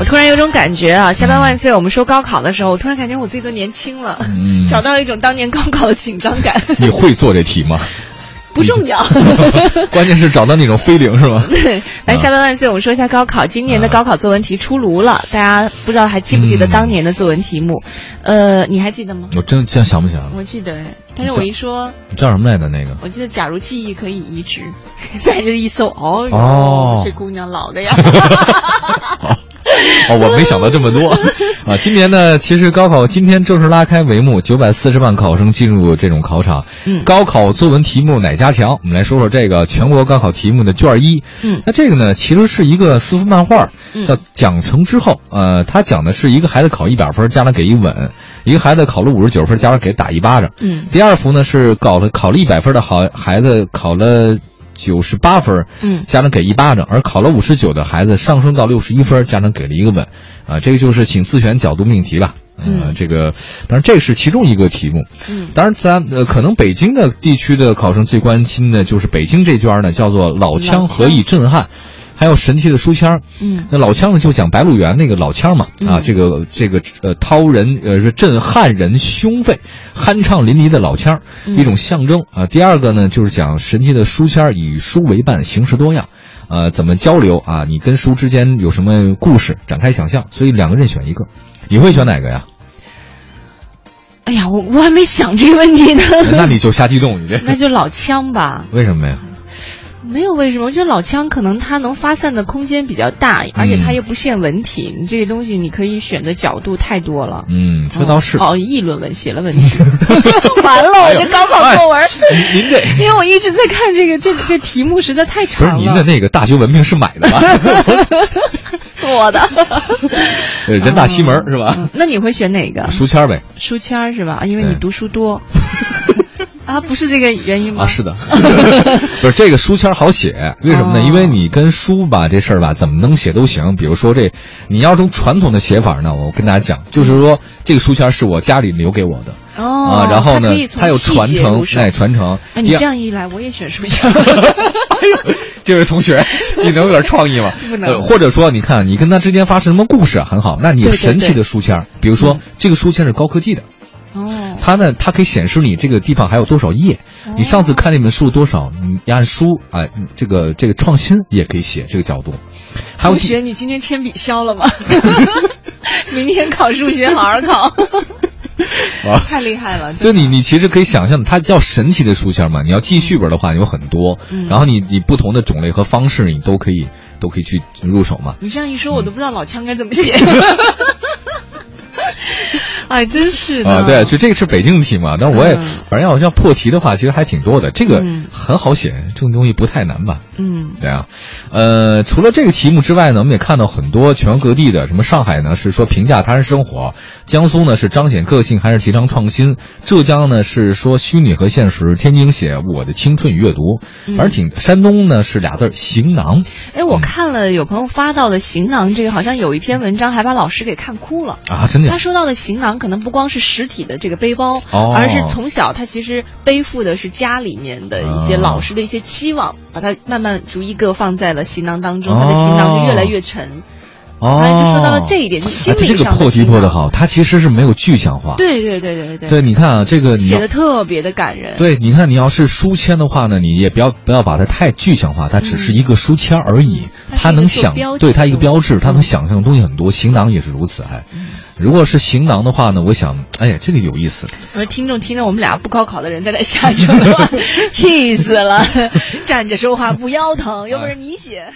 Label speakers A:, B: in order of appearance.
A: 我突然有种感觉啊，下班万岁！我们说高考的时候，我突然感觉我自己都年轻了，
B: 嗯
A: 找到一种当年高考的紧张感，
B: 你会做这题 吗？
A: 不重 要。
B: 关键是找到那种飞灵是 吗？
A: 对，来下班万岁！我们说一下高考，今年的高考作文题出炉了，大家不知道还记不记得当年的作文题目？呃，你还记得吗？嗯
B: 我真真想不起来了，
A: 我记得，但是我一说，
B: 你叫什么来 着？那个
A: 我记得，假如记忆可以移 植，大家就一搜，哦哟，
B: 哦
A: 这姑娘老的呀。
B: 哦，我没想到这么 多啊！今年呢，其实高考今天正式拉开帷幕，九百四十万考生进入这种考场。
A: 嗯
B: 高考作文题目哪家强？我们来说说这个全国高考题目的卷一。
A: 嗯
B: 那这个呢，其实是一个四幅漫画，
A: 嗯
B: 叫《奖惩之后》。呃，它讲的是一个孩子考一百分，家长给一吻；一个孩子考了五十九分，家长给打一巴掌。
A: 嗯
B: 第二幅呢是考了考了一百分的好孩子考了九十八分，
A: 嗯
B: 家长给一巴掌；而考了五十九的孩子上升到六十一分，家长给了一个吻。啊，这个就是请自选角度命题吧。呃
A: 嗯
B: 这个当然这是其中一个题目。
A: 嗯
B: 当然咱，呃，可能北京的地区的考生最关心的就是北京这圈呢，叫做老腔何以震撼，还有神奇的书签。
A: 嗯
B: 那老腔呢，就讲白鹿原那个老腔嘛，啊，
A: 嗯
B: 这个这个呃，掏人呃，震撼人胸肺，酣畅淋漓的老腔，
A: 嗯
B: 一种象征啊。第二个呢，就是讲神奇的书签，以书为伴，形式多样。呃，怎么交流啊？你跟书之间有什么故事？展开想象。所以两个人选一个，你会选哪 个呀？
A: 哎呀，我我还没想这个问题呢。
B: 那你就瞎激动，你 这
A: 那就老枪吧，
B: 为什么呀？
A: 没有为什么，我觉得老枪可能它能发散的空间比较大，而且它
B: 嗯
A: 又不限文体，你这个东西你可以选的角度太多了。
B: 嗯，这倒是。哎
A: 哦，哦议论文写了文 字，完了，我这高考作文，
B: 您您这
A: 因为我一直在看这个这这题目实在太
B: 哎不是
A: 长
B: 您
A: 了，
B: 的那个大学文凭是买 的吧？
A: 做的，
B: 呃人大西门儿是
A: 嗯
B: 吧？
A: 那你会选哪个？
B: 书签儿呗。
A: 书签儿是吧？啊因为
B: 对
A: 你读书 多，啊，不是这个原因吗？
B: 啊，是的， 不是这个书签儿好写，为什么呢？
A: 哦
B: 因为你跟书吧这事儿吧，怎么能写都行。比如说这，你要从传统的写法呢，我跟大家讲，就是说这个书签儿是我家里留给我的、
A: 哦
B: 啊，，然后呢
A: 它可以，从
B: 它有传
A: 细节
B: 承
A: 入，手
B: 哎，传承。
A: 哎，你
B: 第二
A: 这样一来，我也选书签。
B: 这位同学，你能有点创意吗？
A: 不能
B: 呃或者说，你看你跟他之间发生什么故事啊，很好。那你有
A: 对对
B: 神奇
A: 对
B: 的书签儿，比如说
A: 嗯
B: 这个书签是高科技的，
A: 哦，
B: 它呢，它可以显示你这个地方还有多少页。你上次看那本书多少，你按书啊、哎这个这个创新也可以写这个角度。还有
A: 同学，你今天铅笔削了吗？ 明天考数学，好好 考。
B: 啊
A: 太厉害了！
B: 就
A: 真的
B: 你，你其实可以想象，它叫神奇的书签嘛。你要记续本的话，有很多，
A: 嗯
B: 然后你你不同的种类和方式，你都可以都可以去入手嘛。
A: 你这样一说，我都不知道老枪该怎么写。 哎，真是的。
B: 啊，对，就这个是北京题嘛，但是我也、
A: 嗯
B: 反正要要破题的话，其实还挺多的。这个
A: 嗯
B: 很好写，这种东西不太难吧？
A: 嗯
B: 对啊，呃，除了这个题目之外呢，我们也看到很多全国各地的，什么上海呢是说评价他人生活，江苏呢是彰显个性还是提倡创新，浙江呢是说虚拟和现实，天津写我的青春与阅读，
A: 嗯
B: 而挺山东呢是俩字儿行囊
A: 哎，我看了有朋友发到的行囊，这个好像有一篇文章还把老师给看哭了。
B: 啊，真的
A: 他说到的行囊可能不光是实体的这个背包，
B: 哦
A: 而是从小他其实背负的是家里面的一些
B: 哦
A: 老师的一些期望，把它慢慢逐一个放在了行囊当中，
B: 哦
A: 他的行囊就越来越沉。
B: 哦，
A: 他就说到了这一点，就
B: 哎
A: 心
B: 这
A: 理
B: 个
A: 上
B: 破题
A: 行
B: 破的
A: 囊。
B: 好，它其实是没有具象化，
A: 对对对对对
B: 啊对，你看啊，这个你
A: 写
B: 要
A: 的特别的感人。
B: 对，你看，你要是书签的话呢，你也不要不要把它太具象化，它只是一个书签而已
A: 嗯。它是一个
B: 它能
A: 做
B: 想
A: 标，
B: 对
A: 记的
B: 它一个
A: 东西
B: 标志，它能
A: 嗯
B: 想象的东西很多。行囊也是如此，哎，如果是行囊的话呢，我想，哎呀，这个有意思。
A: 我说听众听到我们俩不高考的人在那瞎 说的话，气死了！站着说话不腰疼，又不是你写。